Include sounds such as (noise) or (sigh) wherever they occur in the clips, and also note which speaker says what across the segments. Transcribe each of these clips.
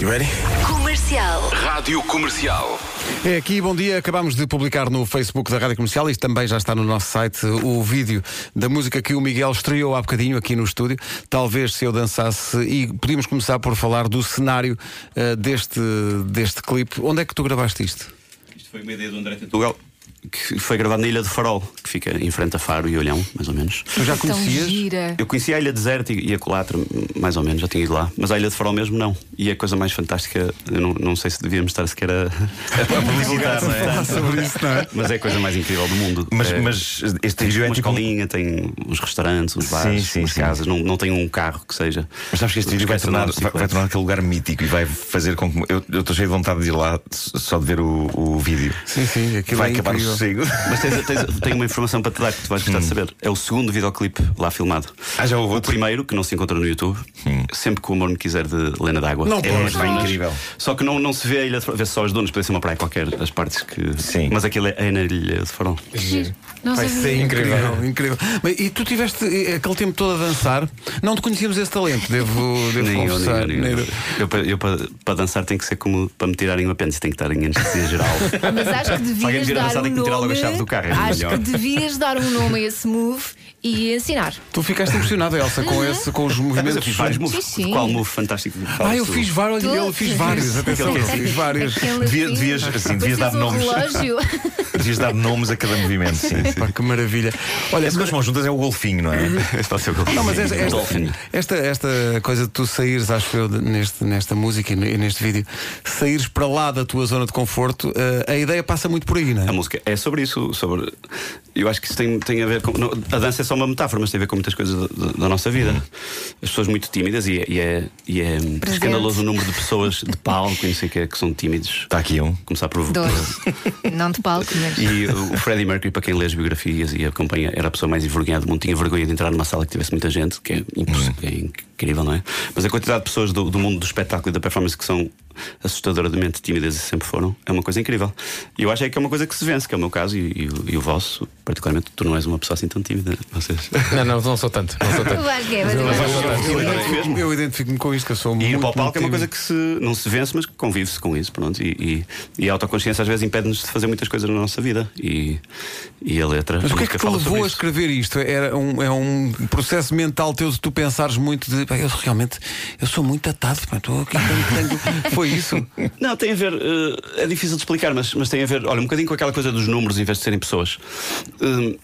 Speaker 1: You ready?
Speaker 2: Comercial.
Speaker 3: Rádio Comercial.
Speaker 1: É aqui, bom dia. Acabámos de publicar no Facebook da Rádio Comercial e também já está no nosso site o vídeo da música que o Miguel estreou há bocadinho aqui no estúdio. Talvez se eu dançasse e podíamos começar por falar do cenário eh, deste, deste clipe. Onde é que tu gravaste isto?
Speaker 4: Isto foi uma ideia um do André Tentugal que foi gravado na Ilha de Farol, que fica em frente a Faro e Olhão, mais ou menos.
Speaker 1: Tu já
Speaker 2: Tão
Speaker 1: conhecias?
Speaker 2: gira.
Speaker 4: Eu conhecia a Ilha Deserta e e a Colatra, mais ou menos, já tinha ido lá. Mas a Ilha de Farol mesmo não. E a coisa mais fantástica, eu não, não sei se devíamos estar sequer a, (laughs) a publicitar, não é?
Speaker 1: Sobre isso, não é?
Speaker 4: Mas é a coisa mais incrível do mundo.
Speaker 5: Mas,
Speaker 4: É,
Speaker 5: mas este
Speaker 4: tem
Speaker 5: vídeo
Speaker 4: uma
Speaker 5: é tipo.
Speaker 4: escolinha, tem uns restaurantes, uns
Speaker 5: Sim,
Speaker 4: bares,
Speaker 5: sim,
Speaker 4: umas
Speaker 5: sim.
Speaker 4: casas, não, não tem um carro que seja.
Speaker 5: Mas sabes que este vídeo vai
Speaker 4: Esquece andar
Speaker 5: tornar,
Speaker 4: de
Speaker 5: vai, vai
Speaker 4: bicicleta.
Speaker 5: tornar aquele lugar mítico e vai fazer com que. Eu eu estou cheio de vontade de ir lá s- só de ver o, o vídeo.
Speaker 1: Sim, sim, aquilo
Speaker 5: vai
Speaker 1: é
Speaker 5: acabar
Speaker 1: incrível.
Speaker 5: o sossego.
Speaker 4: Mas tens, tens- tenho uma informação para te dar que tu vais gostar de saber. É o segundo videoclipe lá filmado.
Speaker 5: Hum. Ah, já houve
Speaker 4: O
Speaker 5: outro? Hum.
Speaker 4: primeiro, que não se encontra no YouTube, sempre que o amor me quiser de Lena d'Água.
Speaker 1: Não
Speaker 4: é
Speaker 1: posso.
Speaker 4: umas
Speaker 1: Vai
Speaker 4: dunas.
Speaker 5: incrível.
Speaker 4: Só que não, não se vê a ilha de Farol, vê-se só as dunas, podia ser uma praia qualquer, as partes que.
Speaker 5: Sim.
Speaker 4: Mas aquilo é, é na ilha de Farol.
Speaker 2: Giro. Não
Speaker 1: Vai
Speaker 2: sabia.
Speaker 1: ser
Speaker 4: é
Speaker 1: incrível, incrível. Bem, E tu tiveste eh, aquele tempo todo a dançar, não te conhecíamos esse talento, devo, devo
Speaker 4: Nem eu, nem
Speaker 1: confessar.
Speaker 4: eu, nem eu.
Speaker 1: Nem eu.
Speaker 4: Eu, para- eu para, para dançar tem que ser como para me tirarem o apêndice, tem que estar em anestesia geral.
Speaker 2: Mas acho que
Speaker 4: Se alguém
Speaker 2: devias
Speaker 4: vir
Speaker 2: dar
Speaker 4: avançar,
Speaker 2: um
Speaker 4: tem que tirar logo a
Speaker 2: nome.
Speaker 4: chave do carro, é
Speaker 2: acho
Speaker 4: melhor.
Speaker 2: que devias dar um nome a esse move e ensinar.
Speaker 1: Tu ficaste impressionada, Elsa, com, esse, com os
Speaker 4: Mas eu
Speaker 1: movimentos.
Speaker 4: fiz vários moves.
Speaker 2: Sim, sim.
Speaker 4: Qual move fantástico?
Speaker 1: Ah, eu
Speaker 4: Falas tu.
Speaker 1: fiz vários, eu
Speaker 2: Todos.
Speaker 1: fiz vários, atenção, eu fiz vários.
Speaker 2: Aquele
Speaker 5: Devia-
Speaker 2: assim,
Speaker 5: devias, assim,
Speaker 2: depois
Speaker 5: devias dar
Speaker 2: tens um
Speaker 5: nomes. (laughs)
Speaker 2: relógio.
Speaker 5: Devias dar nomes a cada movimento. Sim, sim.
Speaker 1: Pá, que maravilha. Olha, Uhum.
Speaker 5: Esse com as mãos juntas é o golfinho, não é?
Speaker 4: Esse pode ser o que eu
Speaker 1: Não, mas esta,
Speaker 4: fiz.
Speaker 1: esta,
Speaker 4: Dolphin.
Speaker 1: esta, esta coisa de tu saíres, acho eu, de- neste, nesta música e ne- e neste vídeo, saíres para lá da tua zona de conforto, eh, a ideia passa muito por aí, não é?
Speaker 4: A música é sobre isso, sobre. Eu acho que isso tem, tem a ver com. não, a dança é só uma metáfora, mas tem a ver com muitas coisas da, da- da nossa vida. As pessoas muito tímidas e é, e é, e é escandaloso o número de pessoas de palco e não sei o que é que são tímidos.
Speaker 5: Está aqui um.
Speaker 4: Começar por.
Speaker 2: Dois. Não de palco, mas.
Speaker 4: E o Freddie Mercury, para quem lê as biografias e acompanha, era a pessoa mais envergonhada do mundo. Tinha vergonha de entrar numa sala que tivesse muita gente, que é,
Speaker 1: Hum.
Speaker 4: imposs- é incrível, não é? Mas a quantidade de pessoas do, do mundo do espetáculo e da performance que são assustadoramente tímidas e sempre foram, é uma coisa incrível. E eu acho é que é uma coisa que se vence, que é o meu caso e, e o- e o vosso, particularmente. Tu não és uma pessoa assim tão tímida, vocês.
Speaker 1: (laughs)
Speaker 6: Não, não, não sou tanto. Não sou tanto.
Speaker 2: Eu acho que é, mas eu acho que
Speaker 1: Eu identifico- Eu identifico-me com isto, que eu sou
Speaker 4: E
Speaker 1: muito.
Speaker 4: ir para o palco é uma
Speaker 1: muito
Speaker 4: coisa que se, não se vence, mas que convive-se com isso, pronto. E, e- e a autoconsciência às vezes impede-nos de fazer muitas coisas na nossa vida. E, e a letra.
Speaker 1: Mas
Speaker 4: a
Speaker 1: o que é que
Speaker 4: música
Speaker 1: te
Speaker 4: fala sobre
Speaker 1: levou a
Speaker 4: isso.
Speaker 1: escrever isto? Era um, é um processo mental teu de tu pensares muito de "Pá, eu realmente eu sou muito atado, pá, estou aqui tenho- tenho-" Foi isso?
Speaker 4: Não, tem a ver. eh, é difícil de explicar, mas, mas tem a ver, olha, um bocadinho com aquela coisa dos números em vez de serem pessoas. Hum,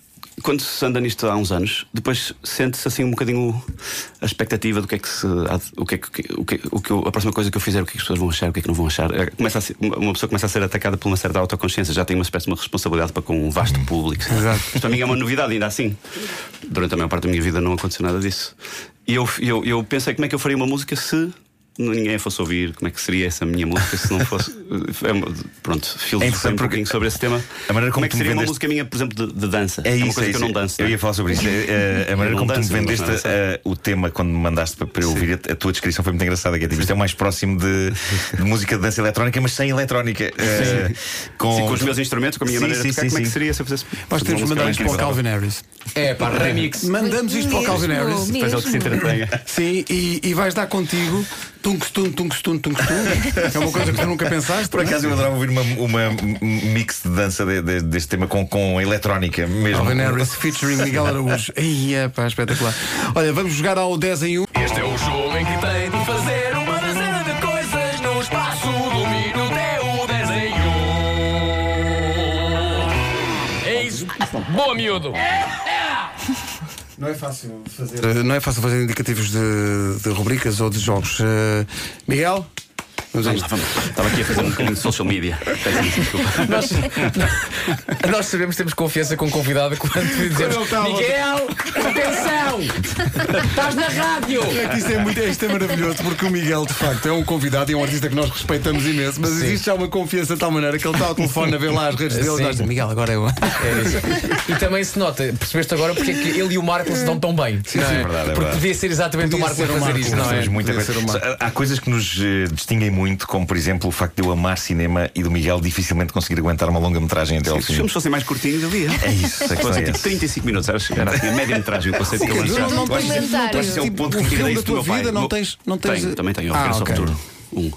Speaker 4: quando se anda nisto há uns anos, depois sente-se assim um bocadinho o- a expectativa do que é que se. há de- O que é que, o que, o que eu- a próxima coisa que eu fizer, o que é que as pessoas vão achar, o que é que não vão achar. Eh, Começa a ser- uma uma pessoa começa a ser atacada por uma certa autoconsciência, já tem uma espécie de uma responsabilidade para com um vasto público.
Speaker 1: Exato.
Speaker 4: Isto para mim é uma novidade, ainda assim. Durante a maior parte da minha vida não aconteceu nada disso. E eu, eu, eu pensei como é que eu faria uma música se ninguém fosse ouvir, como é que seria essa minha música se não
Speaker 5: (laughs)
Speaker 4: fosse. É uma- Pronto, filosofei
Speaker 5: interessante
Speaker 4: um
Speaker 5: É porque
Speaker 4: pouquinho sobre esse tema.
Speaker 5: a maneira como
Speaker 4: como é que
Speaker 5: tu me
Speaker 4: seria uma
Speaker 5: vendeste-
Speaker 4: música minha, por exemplo, de, de dança?
Speaker 5: É
Speaker 4: uma
Speaker 5: isso,
Speaker 4: coisa
Speaker 5: é
Speaker 4: que eu
Speaker 5: isso.
Speaker 4: não danço.
Speaker 5: Eu
Speaker 4: não é?
Speaker 5: ia falar sobre isso. É, é, a maneira
Speaker 4: não
Speaker 5: como tu me
Speaker 4: danço, não
Speaker 5: vendeste
Speaker 4: danço.
Speaker 5: é, o tema quando me mandaste para, para eu ouvir, a, a tua descrição foi muito engraçada. Que é, tipo, isto é o mais próximo de, de música de dança eletrónica, mas sem eletrónica. É,
Speaker 4: Sim, com os meus instrumentos, com a minha
Speaker 5: Sim,
Speaker 4: maneira
Speaker 5: sim,
Speaker 4: de tocar,
Speaker 5: sim,
Speaker 4: como é que
Speaker 5: sim.
Speaker 4: seria se eu fizesse.
Speaker 1: Nós temos de
Speaker 4: uma música
Speaker 1: mandar
Speaker 4: bem
Speaker 1: isto para o
Speaker 4: incrível?
Speaker 1: Calvin Harris.
Speaker 6: É, pá, remix.
Speaker 1: (laughs) Mandamos isto para o Calvin
Speaker 2: Mesmo,
Speaker 1: Harris.
Speaker 4: Depois ele que se entretenha.
Speaker 1: Sim, e, e vais dar contigo tung-stung, tung-stung, tung-stung. É uma coisa que tu nunca pensaste. é?
Speaker 5: Por acaso eu adorava ouvir uma, uma mix de dança de- de- deste tema com, com eletrónica mesmo.
Speaker 6: Oh,
Speaker 1: Calvin Harris featuring Miguel Araújo. Aí é pá, espetacular. Olha, vamos jogar ao 10 em 1.
Speaker 7: Este é o jogo em que tem de fazer uma dezena de coisas num espaço do minuto é o desenho. É isso. Boa, miúdo.
Speaker 1: Não é fácil fazer. Não é fácil fazer indicativos de, de rubricas ou de jogos. Eh, Miguel? Vamos a
Speaker 4: Vamos lá,
Speaker 1: isto.
Speaker 4: vamos. Estava aqui a fazer um bocadinho de social media. Peço imensa desculpa.
Speaker 5: (laughs)
Speaker 6: Nós, nós sabemos que temos confiança com o convidado quando dizemos
Speaker 1: ele tá a
Speaker 6: Miguel, atenção! Estás na rádio!
Speaker 1: É que isto é, muito, isto é maravilhoso porque o Miguel, de facto, é um convidado e é um artista que nós respeitamos imenso, mas existe já uma confiança de tal maneira que ele está ao telefone a ver lá as redes dele
Speaker 6: Sim.
Speaker 1: e nós dizemos, Miguel, agora eu.
Speaker 6: É isso. E também se nota, percebeste agora porque é que ele e o Marco se dão tão bem. não
Speaker 5: (laughs) sim,
Speaker 6: é?
Speaker 5: é verdade, é
Speaker 6: porque
Speaker 5: verdade.
Speaker 6: devia ser exatamente
Speaker 1: Podia
Speaker 6: o Marco
Speaker 1: ser o
Speaker 6: a fazer
Speaker 1: Marco,
Speaker 6: isto, não é?
Speaker 5: Mas muita
Speaker 1: Podia ser
Speaker 5: coisa.
Speaker 1: uma-
Speaker 5: Só- Há há coisas que nos eh, distinguem muito, como por exemplo o facto de eu amar cinema e do Miguel dificilmente conseguir aguentar uma longa metragem até ao
Speaker 4: Se os
Speaker 5: fim.
Speaker 4: filmes fossem mais curtinhos, eu via.
Speaker 5: É isso, é que
Speaker 4: Se
Speaker 5: só é
Speaker 4: fossem tipo
Speaker 5: esse.
Speaker 4: 35 minutos, acho que era assim, a média-metragem, o conceito que eu
Speaker 1: Quer dizer,
Speaker 4: lançava.
Speaker 2: não tens-
Speaker 1: tens-
Speaker 2: Complementário.
Speaker 1: tens
Speaker 4: Esse é o
Speaker 1: tipo
Speaker 4: ponto
Speaker 1: um
Speaker 4: que eu
Speaker 1: filme
Speaker 4: queria
Speaker 1: da
Speaker 4: dizer do
Speaker 1: tua
Speaker 4: meu pai.
Speaker 1: vida, não
Speaker 4: Meu-
Speaker 1: tens. Não tens
Speaker 4: Tenho, também tenho,
Speaker 1: ah,
Speaker 4: Regresso ao
Speaker 1: ok.
Speaker 4: Futuro. Um.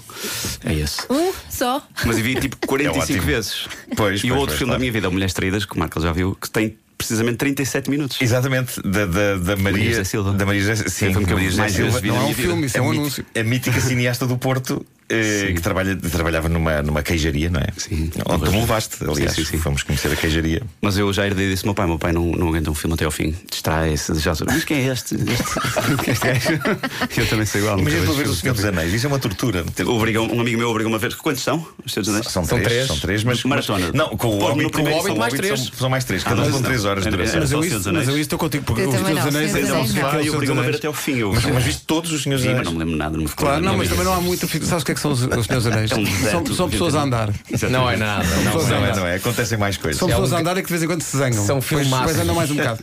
Speaker 4: É esse.
Speaker 2: Um só.
Speaker 4: Mas eu vi tipo
Speaker 5: (laughs) É
Speaker 4: 45
Speaker 5: ótimo.
Speaker 4: vezes.
Speaker 5: Pois, pois,
Speaker 4: e o outro
Speaker 5: pois,
Speaker 4: filme
Speaker 5: claro.
Speaker 4: da minha vida, O Mulheres Traídas, que o Marco já viu, que tem precisamente 37 minutos.
Speaker 5: Exatamente, da, da, da Maria
Speaker 4: José Silva.
Speaker 5: Da Maria José, sim,
Speaker 4: É o filme que eu
Speaker 5: Maria José
Speaker 4: mais vezes
Speaker 5: Silva.
Speaker 4: vi na
Speaker 1: Não é um
Speaker 4: minha vida.
Speaker 1: filme, isso é um
Speaker 5: a miti-
Speaker 1: anúncio.
Speaker 5: A mítica cineasta do Porto eh,
Speaker 4: Sim.
Speaker 5: que trabalha, trabalhava numa, numa queijaria, não é?
Speaker 4: Sim.
Speaker 5: Onde tu me levaste, aliás.
Speaker 4: Sim, sim, sim.
Speaker 5: Fomos conhecer a queijaria.
Speaker 4: Mas eu já herdei disso ao meu pai. Meu pai não, não aguenta um filme até ao fim. Distrai-se. Já... Mas quem é este? Este, este
Speaker 5: (laughs)
Speaker 4: gajo? Eu também sou igual.
Speaker 5: Imagina tu
Speaker 4: nunca
Speaker 5: ver
Speaker 4: vejo
Speaker 5: o Senhor dos Anéis, isso é uma tortura. Ter-
Speaker 4: Obrigam, um amigo meu obrigou-me a ver. Quantos são os teus anéis?
Speaker 5: São,
Speaker 6: São
Speaker 5: três,
Speaker 6: três.
Speaker 5: São três, mas.
Speaker 4: Maratona.
Speaker 5: mas- Não, com o
Speaker 4: Pô, no
Speaker 5: Hobbit, com o
Speaker 4: primeiro
Speaker 5: Hobbit
Speaker 4: são
Speaker 5: mais
Speaker 4: mais
Speaker 5: três.
Speaker 4: três.
Speaker 5: São, são mais três,
Speaker 4: Ah,
Speaker 5: cada um
Speaker 4: mas
Speaker 5: com
Speaker 4: não.
Speaker 5: três horas de
Speaker 4: Era-
Speaker 5: duração.
Speaker 4: era
Speaker 1: Mas
Speaker 4: só
Speaker 1: eu
Speaker 4: o
Speaker 1: isso-
Speaker 4: É, Senhor dos
Speaker 1: mas
Speaker 4: Anéis.
Speaker 1: eu isso estou contigo, porque
Speaker 2: Eu
Speaker 1: os
Speaker 2: também
Speaker 1: teus
Speaker 2: não,
Speaker 1: anéis é
Speaker 2: Senhor dos
Speaker 1: ainda não
Speaker 2: Anéis
Speaker 1: se
Speaker 2: não.
Speaker 1: fala
Speaker 4: Ah,
Speaker 1: dos
Speaker 4: eu
Speaker 1: Teus
Speaker 4: obrigou-me a ver
Speaker 1: Anéis.
Speaker 4: até ao fim. Eu,
Speaker 5: Mas, mas viste todos os Senhores dos
Speaker 4: Sim,
Speaker 5: Anéis?
Speaker 4: mas não me lembro nada. Não me recordo
Speaker 1: Claro,
Speaker 4: da
Speaker 1: não,
Speaker 4: minha
Speaker 1: mas também
Speaker 4: vida.
Speaker 1: não há muito. Sabes o que é que são os, os Senhores Anéis?
Speaker 4: É um
Speaker 1: são,
Speaker 4: deserto,
Speaker 1: são
Speaker 4: eu
Speaker 1: pessoas a
Speaker 4: tenho-
Speaker 1: andar.
Speaker 4: Exatamente.
Speaker 6: Não é nada.
Speaker 1: São
Speaker 6: Não.
Speaker 1: pessoas a
Speaker 5: Não é,
Speaker 1: andar.
Speaker 5: não é? Acontecem mais coisas.
Speaker 1: São pessoas
Speaker 6: um-
Speaker 1: a andar e que de vez em quando se zangam.
Speaker 6: São
Speaker 1: Depois-
Speaker 6: filmaços.
Speaker 1: Depois andam mais um bocado.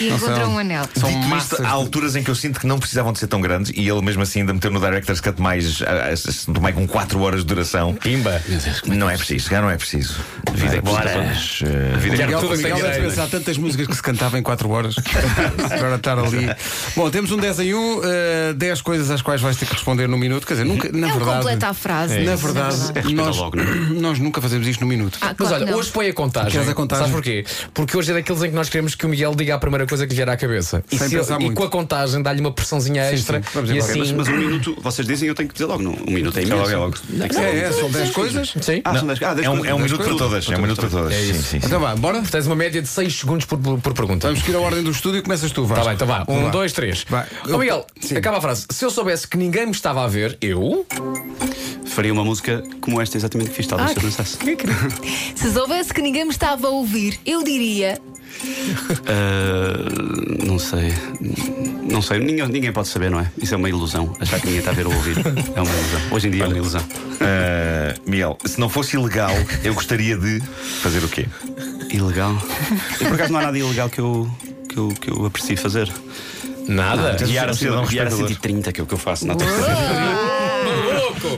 Speaker 2: E encontrou um anel.
Speaker 1: São
Speaker 5: Dito
Speaker 1: massas
Speaker 5: isto, há
Speaker 1: de-
Speaker 5: alturas em que eu sinto que não precisavam de ser tão grandes e ele mesmo assim ainda meteu no Director's Cut mais, ah, ah, do meio com 4 horas de duração. Pimba! Não é preciso, já não é preciso.
Speaker 4: vida é
Speaker 5: Bora.
Speaker 4: preciso.
Speaker 5: Ah, vida é
Speaker 6: Quero
Speaker 1: Miguel,
Speaker 6: tudo
Speaker 1: Miguel
Speaker 6: sem
Speaker 1: deve
Speaker 6: direito.
Speaker 1: pensar tantas músicas que se cantava em 4 horas para estar ali. Bom, temos um 10 em 1, eh, 10 coisas às quais vais ter que responder num minuto. Quer dizer, nunca, na
Speaker 2: É um
Speaker 1: verdade.
Speaker 2: completa a frase,
Speaker 1: Na
Speaker 2: isso,
Speaker 1: verdade,
Speaker 2: na verdade.
Speaker 4: É, respeita
Speaker 1: nós,
Speaker 4: logo,
Speaker 1: (clears throat) nós nunca fazemos isto num minuto.
Speaker 2: Ah,
Speaker 6: Mas
Speaker 2: claro
Speaker 6: olha,
Speaker 2: que não.
Speaker 6: hoje põe a contagem.
Speaker 1: Queres a contagem?
Speaker 6: Sabes porquê? Porque hoje é daqueles em que nós queremos que o Miguel diga a primeira coisa que lhe vier à cabeça. E,
Speaker 1: Sem
Speaker 6: se ele-
Speaker 1: pensar
Speaker 6: e
Speaker 1: muito.
Speaker 6: com a contagem dá-lhe uma pressãozinha extra.
Speaker 1: sim. Vamos
Speaker 6: e
Speaker 1: embora.
Speaker 6: assim.
Speaker 4: Mas, mas um minuto, vocês dizem, eu tenho que dizer logo. Não, um minuto é
Speaker 5: logo,
Speaker 4: imenso.
Speaker 5: é logo.
Speaker 4: Tem que ser
Speaker 1: é,
Speaker 4: logo.
Speaker 1: é, são 10 coisas.
Speaker 6: Sim.
Speaker 4: Ah, são dez- ah, dez
Speaker 5: É um,
Speaker 4: coisas,
Speaker 5: é um
Speaker 4: dez
Speaker 5: minuto para
Speaker 4: coisas.
Speaker 5: todas. É um minuto para todas.
Speaker 6: É
Speaker 5: Sim,
Speaker 6: isso.
Speaker 5: sim, sim.
Speaker 1: Então vá, bora?
Speaker 6: Tens uma média de 6 segundos por, por pergunta.
Speaker 1: Vamos seguir a ordem do estúdio e começas tu, Vasco.
Speaker 6: Tá bem, então vá. Um,
Speaker 1: Vá.
Speaker 6: dois, três.
Speaker 1: Vai.
Speaker 6: Ó, Miguel,
Speaker 1: Sim.
Speaker 6: acaba a frase. Se eu soubesse que ninguém me estava a ver, eu.
Speaker 4: Faria uma música como esta exatamente que fiz,
Speaker 5: Ah,
Speaker 4: talvez se eu dançasse.
Speaker 2: (laughs) Se soubesse que ninguém me estava a ouvir, eu diria.
Speaker 4: Ah, não sei. Não sei, ninguém, ninguém pode saber, não é? Isso é uma ilusão. Achar que ninguém está a ver ou ouvir. É uma ilusão. Hoje em dia é uma ilusão.
Speaker 5: Ah, Miguel, se não fosse ilegal, eu gostaria de fazer o quê?
Speaker 4: Ilegal. E por acaso não há nada ilegal que eu, que eu, que eu aprecie fazer. Ah,
Speaker 6: Nada.
Speaker 5: Tens de ser
Speaker 4: Guiar
Speaker 5: um cidadão
Speaker 4: acima- guiar a
Speaker 5: respeitador.
Speaker 4: 130, que é o que eu faço. Não, estou a dizer.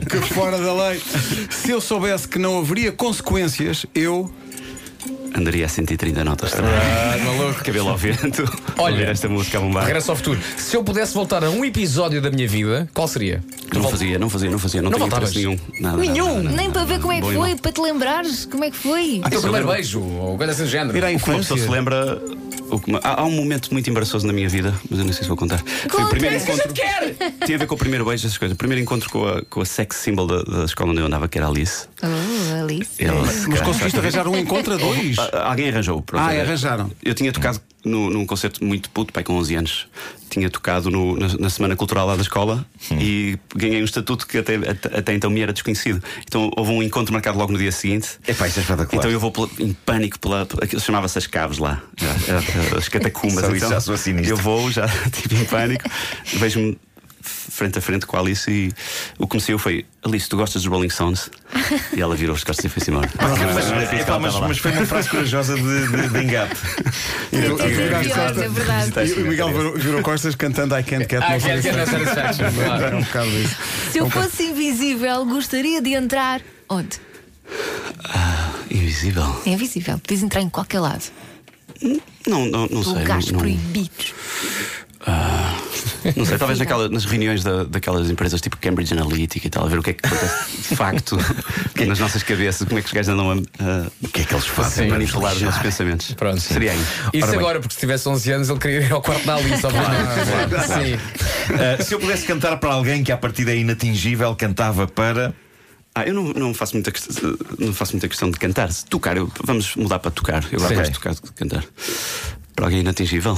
Speaker 1: Que fora da lei. Se eu soubesse que não haveria consequências, eu.
Speaker 4: Andaria a 130 notas também.
Speaker 6: maluco.
Speaker 4: Cabelo ao vento.
Speaker 6: Olha.
Speaker 4: Ouvir esta música a bombar.
Speaker 6: Regresso ao futuro. Se eu pudesse voltar a um episódio da minha vida, qual seria?
Speaker 4: Não fazia, não fazia, não fazia. Não,
Speaker 6: Não
Speaker 4: tinha
Speaker 6: voltavas?
Speaker 4: interesse nenhum. Nada,
Speaker 6: Nenhum?
Speaker 4: nada, nada,
Speaker 2: Nem
Speaker 4: nada,
Speaker 2: para ver
Speaker 4: nada.
Speaker 2: como é que
Speaker 4: Bom,
Speaker 2: foi, para te lembrares como é que foi.
Speaker 6: O teu Ah, primeiro
Speaker 4: lembro-
Speaker 6: beijo, ou coisa assim do
Speaker 1: Ir
Speaker 6: género.
Speaker 1: à
Speaker 4: O que uma pessoa se
Speaker 1: infância.
Speaker 4: lembra. o que uma- há, há um momento muito embaraçoso na minha vida, mas eu não sei se vou contar. Foi o
Speaker 2: Conta!
Speaker 4: primeiro
Speaker 2: É isso que a
Speaker 4: encontro. Tinha a ver com o primeiro beijo, essas coisas. O primeiro encontro com a, com a sex symbol da, da escola onde eu andava, que era a Alice.
Speaker 2: Oh, Alice.
Speaker 4: Ela-
Speaker 1: Mas conseguiste arranjar um encontro a dois.
Speaker 4: Ah, Alguém arranjou. pronto.
Speaker 1: Ah,
Speaker 4: Era-
Speaker 1: arranjaram.
Speaker 4: Eu tinha tocado no- num concerto muito puto, pai, com 11 anos. Tinha tocado no- na, na Semana Cultural lá da escola
Speaker 5: Hum.
Speaker 4: e ganhei um estatuto que até, até- até então me era desconhecido. Então houve um encontro marcado logo no dia seguinte.
Speaker 5: Epá, isso é espetacular.
Speaker 4: Então eu vou pela- em pânico pela. Aquilo chamava-se as caves lá, era- era as catacumbas.
Speaker 5: Só isso
Speaker 4: então,
Speaker 5: já sou sinistro.
Speaker 4: Eu vou já, (laughs) tipo, em pânico, vejo-me frente a frente com a Alice e o que me saiu foi: Alice, tu gostas dos Rolling Stones? E ela virou os costas e foi-se embora.
Speaker 5: Mas,
Speaker 4: Mas,
Speaker 5: mas-
Speaker 4: mas,
Speaker 5: epá, mas- mas foi uma frase corajosa de, de, de engate.
Speaker 1: E o-
Speaker 2: Isso é
Speaker 1: e o gajo
Speaker 2: curioso,
Speaker 1: costa-
Speaker 2: é verdade.
Speaker 1: E o Miguel virou, virou costas cantando I Can't Get
Speaker 6: Ah,
Speaker 1: No
Speaker 6: quer que era
Speaker 1: Satisfaction.
Speaker 6: satisfaction. claro.
Speaker 1: Era um bocado isso.
Speaker 2: Se eu fosse invisível, gostaria de entrar. Onde?
Speaker 4: Invisível.
Speaker 2: É invisível. Podes entrar em qualquer lado.
Speaker 4: Não, não, não sei.
Speaker 2: Lugares
Speaker 4: Não, não,
Speaker 2: proibidos.
Speaker 4: não sei. Talvez naquela- nas reuniões da- daquelas empresas tipo Cambridge Analytica e tal, a ver o que é que acontece
Speaker 5: (laughs)
Speaker 4: de facto nas nossas cabeças, como é que os gajos andam a, a
Speaker 5: O que é que eles fazem? para nos
Speaker 4: manipular os nossos
Speaker 5: lixar?
Speaker 4: pensamentos.
Speaker 6: Pronto.
Speaker 4: Seria aí.
Speaker 6: Isso
Speaker 5: Ora bem.
Speaker 6: agora, porque se tivesse 11 anos ele queria ir ao quarto da Alice, obviamente. Sim.
Speaker 5: Ah, se eu pudesse cantar para alguém que à partida é inatingível, cantava para.
Speaker 4: Ah, eu não, não faço muita questão, não faço muita questão de cantar. Se Tocar, eu- vamos mudar para tocar. Eu agora
Speaker 5: Sim.
Speaker 4: gosto de tocar do que de cantar. Para alguém inatingível?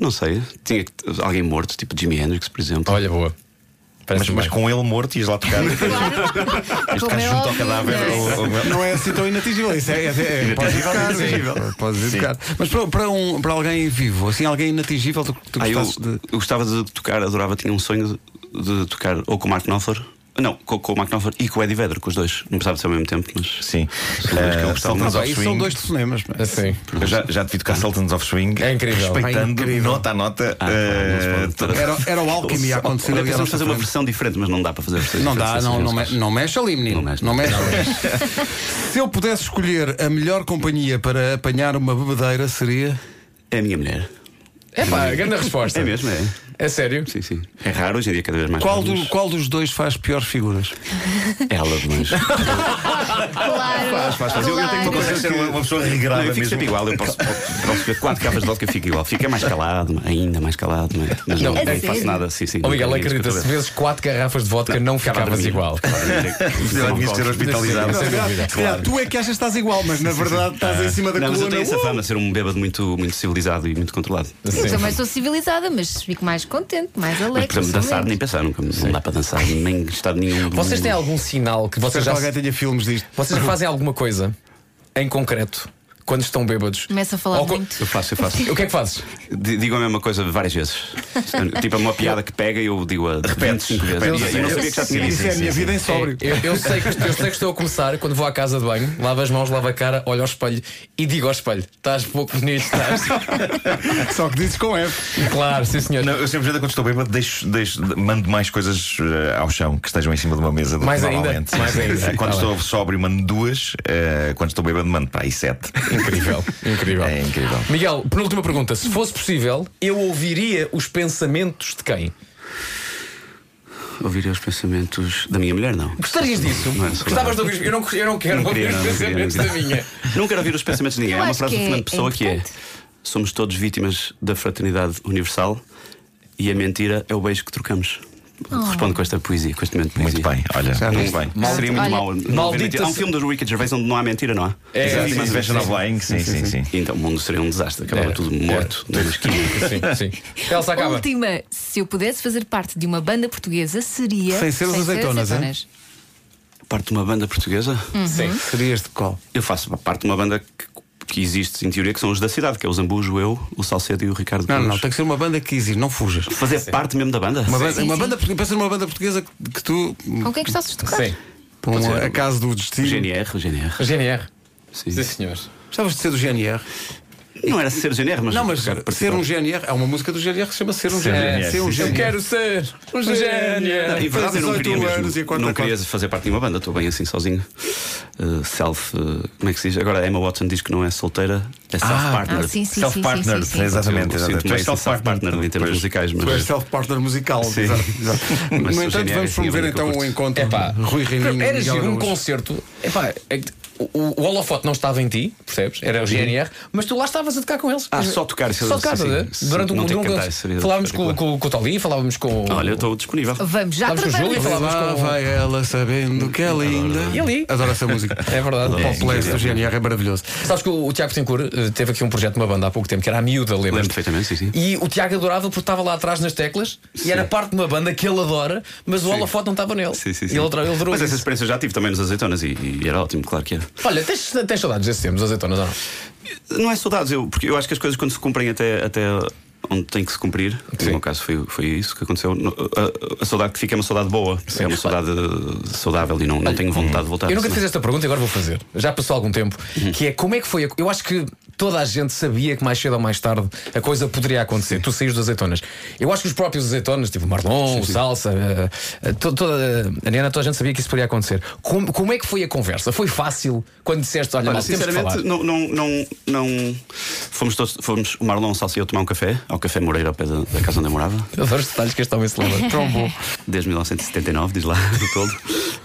Speaker 4: Não sei. Tinha que- alguém morto, tipo Jimi Hendrix, por exemplo.
Speaker 6: Olha, boa.
Speaker 5: Mas,
Speaker 6: Parece-me
Speaker 5: mas
Speaker 6: bem.
Speaker 5: com ele morto, ias lá tocar. este
Speaker 2: Como
Speaker 5: caso
Speaker 2: é
Speaker 5: junto ao
Speaker 2: óbvio,
Speaker 5: cadáver.
Speaker 2: não é?
Speaker 5: ou- ou-
Speaker 1: Não é assim tão inatingível. Isso é, é, é, é podes
Speaker 5: Inatingível,
Speaker 1: educar,
Speaker 5: inatingível.
Speaker 1: sim. Podes educar. Mas para, para um, para alguém vivo, assim, alguém inatingível, tu, tu
Speaker 4: Ah, eu,
Speaker 1: gostasses de.
Speaker 4: eu gostava de tocar, adorava, tinha um sonho de, de tocar ou com o Mark Knopfler. Não, com, com o Mark Knopfler e com o Eddie Vedder, com os dois. Não precisava de ser ao mesmo tempo, mas.
Speaker 5: Sim.
Speaker 4: São dois que é eu
Speaker 5: Ah,
Speaker 4: gostava
Speaker 5: Sultans
Speaker 4: muito.
Speaker 5: of
Speaker 1: Pá, isso são
Speaker 5: Swing.
Speaker 1: dois telefonemas. mas-
Speaker 6: Assim.
Speaker 5: Eu já, já devia tocar Sultans of Swing.
Speaker 6: É incrível.
Speaker 5: Respeitando
Speaker 1: É incrível.
Speaker 5: nota a nota.
Speaker 4: Ah, não se
Speaker 5: ah,
Speaker 4: pode estar a-
Speaker 1: Eh, Era, era o Alchemy a acontecer
Speaker 4: Olha,
Speaker 1: ali. à
Speaker 4: pensamos
Speaker 1: nossa
Speaker 4: fazer uma
Speaker 1: frente.
Speaker 4: versão diferente, mas não dá para fazer versões
Speaker 1: Não dá,
Speaker 4: diferentes,
Speaker 1: não,
Speaker 4: assim,
Speaker 1: não,
Speaker 4: mas-
Speaker 1: me- não é- mexe ali, menino.
Speaker 4: Não mexe,
Speaker 1: Não
Speaker 4: não.
Speaker 1: mexe ali.
Speaker 4: (laughs)
Speaker 1: Se eu pudesse escolher a melhor companhia para apanhar uma bebedeira, seria.
Speaker 4: É a minha mulher.
Speaker 6: É pá, grande resposta.
Speaker 4: É mesmo, é.
Speaker 6: A sério?
Speaker 4: Sim, sim. É raro, hoje em dia cada vez mais
Speaker 1: Qual,
Speaker 4: raro,
Speaker 1: do-
Speaker 4: mas-
Speaker 1: qual dos dois faz piores figuras?
Speaker 4: Ela,
Speaker 1: (laughs)
Speaker 4: mas.
Speaker 2: Claro.
Speaker 5: Faz, faz, faz. Eu, eu tenho uma coisa de
Speaker 1: é
Speaker 5: ser uma, uma pessoa
Speaker 4: Não,
Speaker 5: regrada
Speaker 4: eu fico
Speaker 5: mesmo.
Speaker 4: sempre igual, eu posso, posso ver quatro capas de vodka e fico igual. Fica mais calado, ainda mais calado, mas- mas não,
Speaker 2: É
Speaker 4: não faço
Speaker 2: sério?
Speaker 4: nada. Sim, sim,
Speaker 6: Ó Miguel,
Speaker 4: nunca vi isso
Speaker 6: acredita,
Speaker 4: com
Speaker 6: se
Speaker 4: a cabeça.
Speaker 6: vezes quatro garrafas de vodka não
Speaker 4: Ficava
Speaker 6: ficavas
Speaker 4: dormido.
Speaker 6: igual.
Speaker 5: Eu tinha de ser hospitalizado.
Speaker 6: Sem dúvida.
Speaker 1: Se calhar, tu é que achas que estás igual, mas na verdade estás em cima da
Speaker 4: Ah. Não, mas eu
Speaker 1: coluna.
Speaker 4: tenho essa
Speaker 1: Uh!
Speaker 4: fama de ser um bêbado muito, muito civilizado e muito controlado.
Speaker 2: Eu
Speaker 6: Sim.
Speaker 2: também sou civilizada, mas fico mais contente, mais
Speaker 4: Mas,
Speaker 2: alegre.
Speaker 4: por exemplo, dançar, nem
Speaker 2: principalmente.
Speaker 4: pensar, nunca não dá para dançar, nem gostar de nenhum.
Speaker 6: Vocês têm algum sinal que vocês
Speaker 1: Espero que
Speaker 6: já.
Speaker 1: alguém tenha filmes disto.
Speaker 6: Vocês fazem alguma coisa em concreto quando estão bêbados?
Speaker 2: Começa a falar
Speaker 6: Ou co-
Speaker 2: muito.
Speaker 4: Eu faço, eu faço.
Speaker 6: O que é que fazes?
Speaker 4: D- Digo a mesma coisa várias vezes. tipo, é uma piada que pega e eu digo a 25 vezes.
Speaker 5: repete.
Speaker 4: E- e não sabia que já tinha
Speaker 1: Isso
Speaker 4: dito.
Speaker 1: é a minha vida em sóbrio.
Speaker 6: Eu, eu sei que, eu sei que estou a começar quando vou à casa de banho, lavo as mãos, lavo a cara, olho ao espelho e digo ao espelho: estás pouco bonito, (laughs) estás.
Speaker 1: Só que dizes com F.
Speaker 6: claro, sim senhor.
Speaker 5: Não, eu sempre quando estou bêbado, deixo, deixo, mando mais coisas eh, ao chão que estejam em cima de uma mesa. do
Speaker 6: Mais
Speaker 5: que
Speaker 6: ainda?
Speaker 5: normalmente.
Speaker 6: Mais ainda.
Speaker 5: Eh, Quando
Speaker 6: Tá
Speaker 5: estou sóbrio, mando duas. eh, quando estou bêbado, mando para aí sete.
Speaker 6: Incrível, incrível.
Speaker 5: É incrível.
Speaker 6: Miguel, penúltima pergunta. Se fosse possível, eu ouviria os pensamentos de quem?
Speaker 4: Ouvir os pensamentos da minha mulher, não.
Speaker 6: Gostarias disso?
Speaker 4: Não é só-
Speaker 6: Gostavas de ouvir? os- Eu não, eu não quero
Speaker 4: Não
Speaker 6: ouvir
Speaker 4: queria,
Speaker 6: os
Speaker 4: não, não queria, não
Speaker 6: pensamentos da minha.
Speaker 4: queria. Não quero ouvir os pensamentos de ninguém.
Speaker 2: Eu
Speaker 4: Há uma
Speaker 2: acho
Speaker 4: frase
Speaker 2: que
Speaker 4: do
Speaker 2: é
Speaker 4: Fernando Pessoa que é:
Speaker 2: importante.
Speaker 4: Somos todos vítimas da fraternidade universal e a mentira é o beijo que trocamos.
Speaker 2: Oh.
Speaker 4: Respondo com esta poesia, com este momento de
Speaker 5: Muito
Speaker 4: poesia.
Speaker 5: bem, olha.
Speaker 4: Muito bem. Seria muito
Speaker 2: Olha,
Speaker 4: mau. não haver
Speaker 6: maldita
Speaker 4: mentira. Há um
Speaker 6: se-
Speaker 4: filme do Ricky Gervais onde não há mentira, não há?
Speaker 6: É,
Speaker 5: Exato,
Speaker 6: sim,
Speaker 5: mas
Speaker 6: sim,
Speaker 5: Invention of Lying, sim, sim, sim.
Speaker 4: E Então o mundo seria um desastre, acabava
Speaker 6: Era,
Speaker 4: tudo morto na esquina.
Speaker 6: Sim, sim. Elsa acaba.
Speaker 2: Última, se eu pudesse fazer parte de uma banda portuguesa, seria.
Speaker 1: Sem ser os azeitonas, hein?
Speaker 4: Parte de uma banda portuguesa?
Speaker 2: Hum.
Speaker 6: Sim.
Speaker 1: Serias de qual?
Speaker 4: Eu faço parte de uma banda que, que existe, em teoria, que são os da cidade, que é o Zambujo, eu, o Salcedo e o Ricardo
Speaker 1: Não, não, não,
Speaker 4: Cruz.
Speaker 1: tem que ser uma banda que existe, não fujas.
Speaker 4: Fazer parte mesmo da banda?
Speaker 1: Uma, banda,
Speaker 2: sim,
Speaker 1: uma
Speaker 2: sim.
Speaker 1: banda portuguesa, pensa numa banda portuguesa que que tu,
Speaker 2: Com quem é gostasses de tocar?
Speaker 6: Sim.
Speaker 1: por um
Speaker 4: ser.
Speaker 1: acaso do
Speaker 4: O
Speaker 1: destino,
Speaker 4: GNR, o GNR.
Speaker 6: GNR.
Speaker 4: Sim.
Speaker 6: Sim, senhores.
Speaker 1: gostavas de ser do GNR?
Speaker 4: Não era ser GNR, mas.
Speaker 1: Não, mas
Speaker 4: Ricardo,
Speaker 1: ser um GNR, há uma música do GNR que se chama Ser um GNR.
Speaker 5: GNR,
Speaker 1: Ser um
Speaker 5: sim, sim.
Speaker 1: GNR.
Speaker 6: Eu quero ser um
Speaker 4: Não,
Speaker 6: GNR.
Speaker 4: em verdade, eu não
Speaker 1: Faz 18
Speaker 4: queria
Speaker 1: anos e a
Speaker 4: mesmo.
Speaker 1: quarta
Speaker 4: Não
Speaker 1: parte.
Speaker 4: queria fazer parte de uma banda, estou bem assim sozinho. Uh, self. uh, como é que se diz? Agora a Emma Watson diz que não é solteira, é self-partner.
Speaker 2: Ah, sim, sim, sim,
Speaker 5: Self-partner,
Speaker 2: sim, sim, sim.
Speaker 5: exatamente.
Speaker 4: Eu sinto
Speaker 5: exatamente. Pois,
Speaker 4: mais self-partner em termos
Speaker 5: pois.
Speaker 4: musicais,
Speaker 1: Tu és
Speaker 4: mas.
Speaker 1: self-partner musical.
Speaker 4: Sim.
Speaker 1: exato, exato.
Speaker 4: Mas o
Speaker 1: No entanto,
Speaker 4: GNR
Speaker 1: vamos
Speaker 4: sim, é a
Speaker 1: promover
Speaker 4: banda que eu
Speaker 1: então o
Speaker 4: curto.
Speaker 1: encontro.
Speaker 6: Epá,
Speaker 1: Rui Reininho.
Speaker 6: Era
Speaker 1: Miguel
Speaker 6: giro um
Speaker 1: Araújo.
Speaker 6: concerto. Epá, é que o, o holofote não estava em ti, percebes? Era o GNR, mas tu lá estavas a tocar com eles.
Speaker 4: Uhum. Ah, só tocar, isso eu
Speaker 6: Só tocar,
Speaker 4: sim, sim.
Speaker 6: estás a ver?
Speaker 4: Sim,
Speaker 6: Durante um
Speaker 4: não ter que
Speaker 6: um
Speaker 4: cantar,
Speaker 6: canto.
Speaker 4: seria
Speaker 6: Falávamos com,
Speaker 4: espetacular.
Speaker 6: com, com o Tolly, falávamos com.
Speaker 4: Olha, eu estou disponível.
Speaker 2: Vamos já
Speaker 6: Estamos com o
Speaker 2: tratar
Speaker 6: Júlio e
Speaker 2: disso.
Speaker 6: falávamos
Speaker 1: Lá
Speaker 6: com.
Speaker 1: vai ela sabendo que é linda.
Speaker 6: E ali?
Speaker 1: Adoro essa música.
Speaker 6: É verdade.
Speaker 1: O
Speaker 6: É,
Speaker 1: Pop Less do GNR é maravilhoso.
Speaker 6: Sabes que o, o Tiago Tencour teve aqui um projeto de uma banda há pouco tempo, que era a miúda, lembras?
Speaker 4: Lembro perfeitamente, sim, sim.
Speaker 6: E o Tiago adorava porque estava lá atrás nas teclas e era parte de uma banda que ele adora, mas o holofote não estava nele.
Speaker 4: Sim, sim,
Speaker 6: E
Speaker 4: sim.
Speaker 6: ele adorou. Ele adorou
Speaker 4: Mas essa
Speaker 6: isso.
Speaker 4: experiência eu já tive também nos azeitonas e, e era ótimo, claro que é. era.
Speaker 6: Olha, tens, tens saudades desses tempos, azeitonas ou não?
Speaker 4: Não é saudades, eu, porque eu acho que as coisas quando se cumprem até, até onde tem que se cumprir,
Speaker 6: Sim.
Speaker 4: no meu caso foi, foi isso que aconteceu. No- A, a saudade que fica é uma saudade boa, é uma saudade uh, saudável e não, não tenho vontade de voltar.
Speaker 6: Eu nunca te
Speaker 4: senão-
Speaker 6: fiz esta pergunta e agora vou fazer. Já passou algum tempo. Que é como é que foi? a co- Eu acho que toda a gente sabia que mais cedo ou mais tarde a coisa poderia acontecer. Tu saís das azeitonas. Eu acho que os próprios azeitonas, tipo o Marlon, o Salsa, a, a- to- toda a Ariana, toda a gente sabia que isso poderia acontecer. Como, como é que foi a conversa? Foi fácil quando disseste, olha,
Speaker 4: Olha,
Speaker 6: mal, temos que falar.
Speaker 4: sinceramente, não, não, não, não- Fomos todos, fomos o Marlon, o Salsa e eu tomar um café, ao Café Moreira, ao pé da, da casa onde eu morava,
Speaker 6: Eu Adoro os detalhes que este homem se (laughs) lembra. Tão bom.
Speaker 4: desde 1979, diz lá, (laughs) do todo.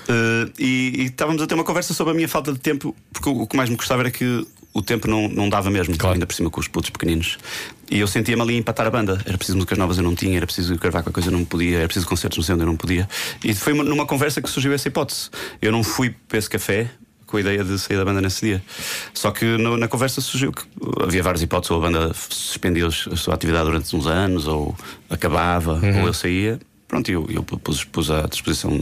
Speaker 4: Eh, e, e estávamos a ter uma conversa sobre a minha falta de tempo, porque o, o que mais me gostava era que o tempo não, não dava mesmo, ainda por cima com os putos pequeninos. E eu sentia-me ali a empatar a banda. Era preciso músicas novas eu não tinha, era preciso gravar com a coisa eu não podia, era preciso concertos no centro eu não podia. E foi uma- numa conversa que surgiu essa hipótese. Eu não fui para esse café, com a ideia de sair da banda nesse dia. Só que no- na conversa surgiu que havia várias hipóteses, ou a banda suspendia os- a sua atividade durante uns anos, ou acabava,
Speaker 1: Uhum.
Speaker 4: ou eu saía. Pronto, e eu, eu pus, pus à disposição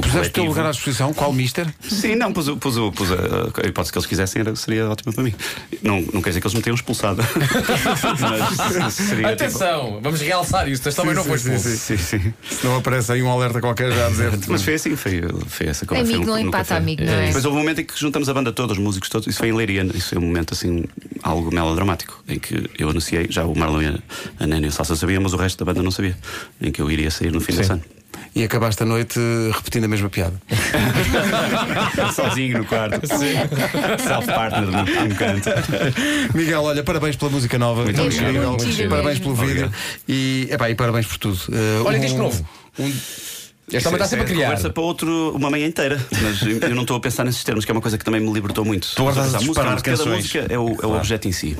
Speaker 1: Puseste o teu
Speaker 4: coletivo.
Speaker 1: lugar à disposição, qual mister?
Speaker 4: Sim, não, pus, o- pus, o- pus a, a hipótese que eles quisessem era, seria ótima para mim. Não, não quer dizer que eles me tenham (laughs) expulsado. Mas seria tipo-
Speaker 6: Atenção, vamos realçar isto. Este homem não foi
Speaker 1: sim,
Speaker 6: expulso.
Speaker 1: sim,
Speaker 4: Sim, sim.
Speaker 1: Se não aparece aí um alerta qualquer já a (laughs) dizer.
Speaker 4: Mas foi assim, foi, foi essa conversa.
Speaker 2: Amigo
Speaker 4: no-
Speaker 2: não
Speaker 4: no
Speaker 2: empata
Speaker 4: café.
Speaker 2: amigo, não é?
Speaker 4: Depois houve um momento em que juntamos a banda toda, os músicos todos. Isso foi em Leiria, isso foi um momento assim, algo melodramático, em que eu anunciei, já o Marlon, e a- a Nani e o Salsa sabiam, mas o resto da banda não sabia, em que eu iria sair no fim desse ano.
Speaker 1: e acabaste a noite eh, repetindo a mesma piada.
Speaker 4: (laughs) Sozinho no quarto. Self-partner num num um canto.
Speaker 1: (laughs) Miguel, olha, parabéns pela música nova.
Speaker 4: Muito
Speaker 1: É
Speaker 4: obrigado.
Speaker 1: incrível.
Speaker 2: Muito giro
Speaker 1: Parabéns
Speaker 2: mesmo.
Speaker 1: pelo vídeo.
Speaker 4: Obrigado.
Speaker 1: E, epá, e parabéns por tudo. Eh,
Speaker 6: Olha, disco novo.
Speaker 1: um-
Speaker 6: Este homem está sempre a
Speaker 4: É
Speaker 6: criar.
Speaker 4: Conversa para outro uma manhã inteira. Mas eu eu não estou a pensar nesses termos, que é uma coisa que também me libertou muito. Estou
Speaker 5: a
Speaker 4: pensar, música,
Speaker 5: disparar
Speaker 4: música, Cada
Speaker 5: canções.
Speaker 4: música é o, é o objeto em si.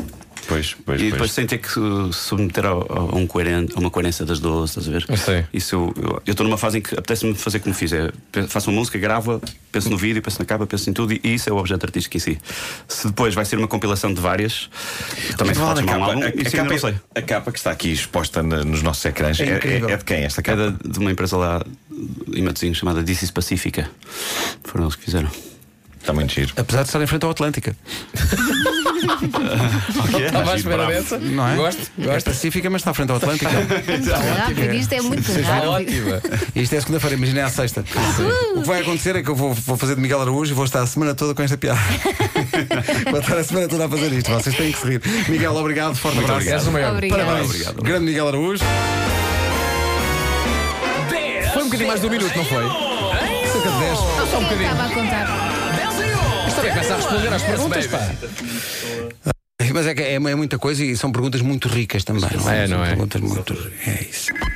Speaker 5: Pois, pois,
Speaker 4: E
Speaker 5: pois.
Speaker 4: depois sem ter que uh, submeter ao- ao- a, um coeren- a uma coerência das duas, estás a ver?
Speaker 6: Eu sei.
Speaker 4: Isso eu- eu eu estou numa fase em que apetece-me fazer como fiz. É, pe- faço uma música, gravo, penso no vídeo, penso na capa, penso em tudo e, e isso é o objeto artístico em si. Se depois vai ser uma compilação de várias, também se
Speaker 5: Vou falar
Speaker 4: pode
Speaker 5: da
Speaker 4: chamar um
Speaker 5: capa.
Speaker 4: álbum,
Speaker 5: A- a
Speaker 4: isso ainda
Speaker 5: capa- é-
Speaker 4: não sei.
Speaker 5: a capa que está aqui exposta na- nos nossos ecrãs é, é-
Speaker 1: incrível.
Speaker 5: é de quem esta
Speaker 4: É
Speaker 5: capa?
Speaker 4: da- de uma empresa lá em Matosinhos chamada DC Pacífica. Foram eles que fizeram.
Speaker 5: Está muito giro.
Speaker 1: Apesar de estar em frente ao Atlântica,
Speaker 6: Estava à espera
Speaker 5: bravo.
Speaker 6: dessa?
Speaker 1: não é?
Speaker 6: Gosto,
Speaker 1: É
Speaker 6: gosto.
Speaker 1: pacífica, mas está à frente ao Atlântica.
Speaker 2: Rápido, isto é muito
Speaker 6: Está
Speaker 2: rápido.
Speaker 6: ótima.
Speaker 1: (laughs) Isto é segunda-feira, imagina é à sexta. O que vai acontecer é que eu vou, vou fazer de Miguel Araújo e vou estar a semana toda com esta (laughs) piada. vou estar a semana toda a fazer isto. Vocês têm que se rir. Miguel, obrigado. Forte abraço.
Speaker 6: És o maior.
Speaker 2: Obrigada.
Speaker 1: Parabéns.
Speaker 4: Obrigado, obrigado.
Speaker 1: Grande Miguel Araújo.
Speaker 6: Foi um bocadinho mais de um minuto, não foi?
Speaker 1: Cerca de 10.
Speaker 2: Só um bocadinho. Estava a contar.
Speaker 6: Estou bem, começa a responder às perguntas, pá.
Speaker 1: Mas é que é, é muita coisa e são perguntas muito ricas também. não
Speaker 6: É, não
Speaker 1: São
Speaker 6: é?
Speaker 1: Perguntas muito. É isso.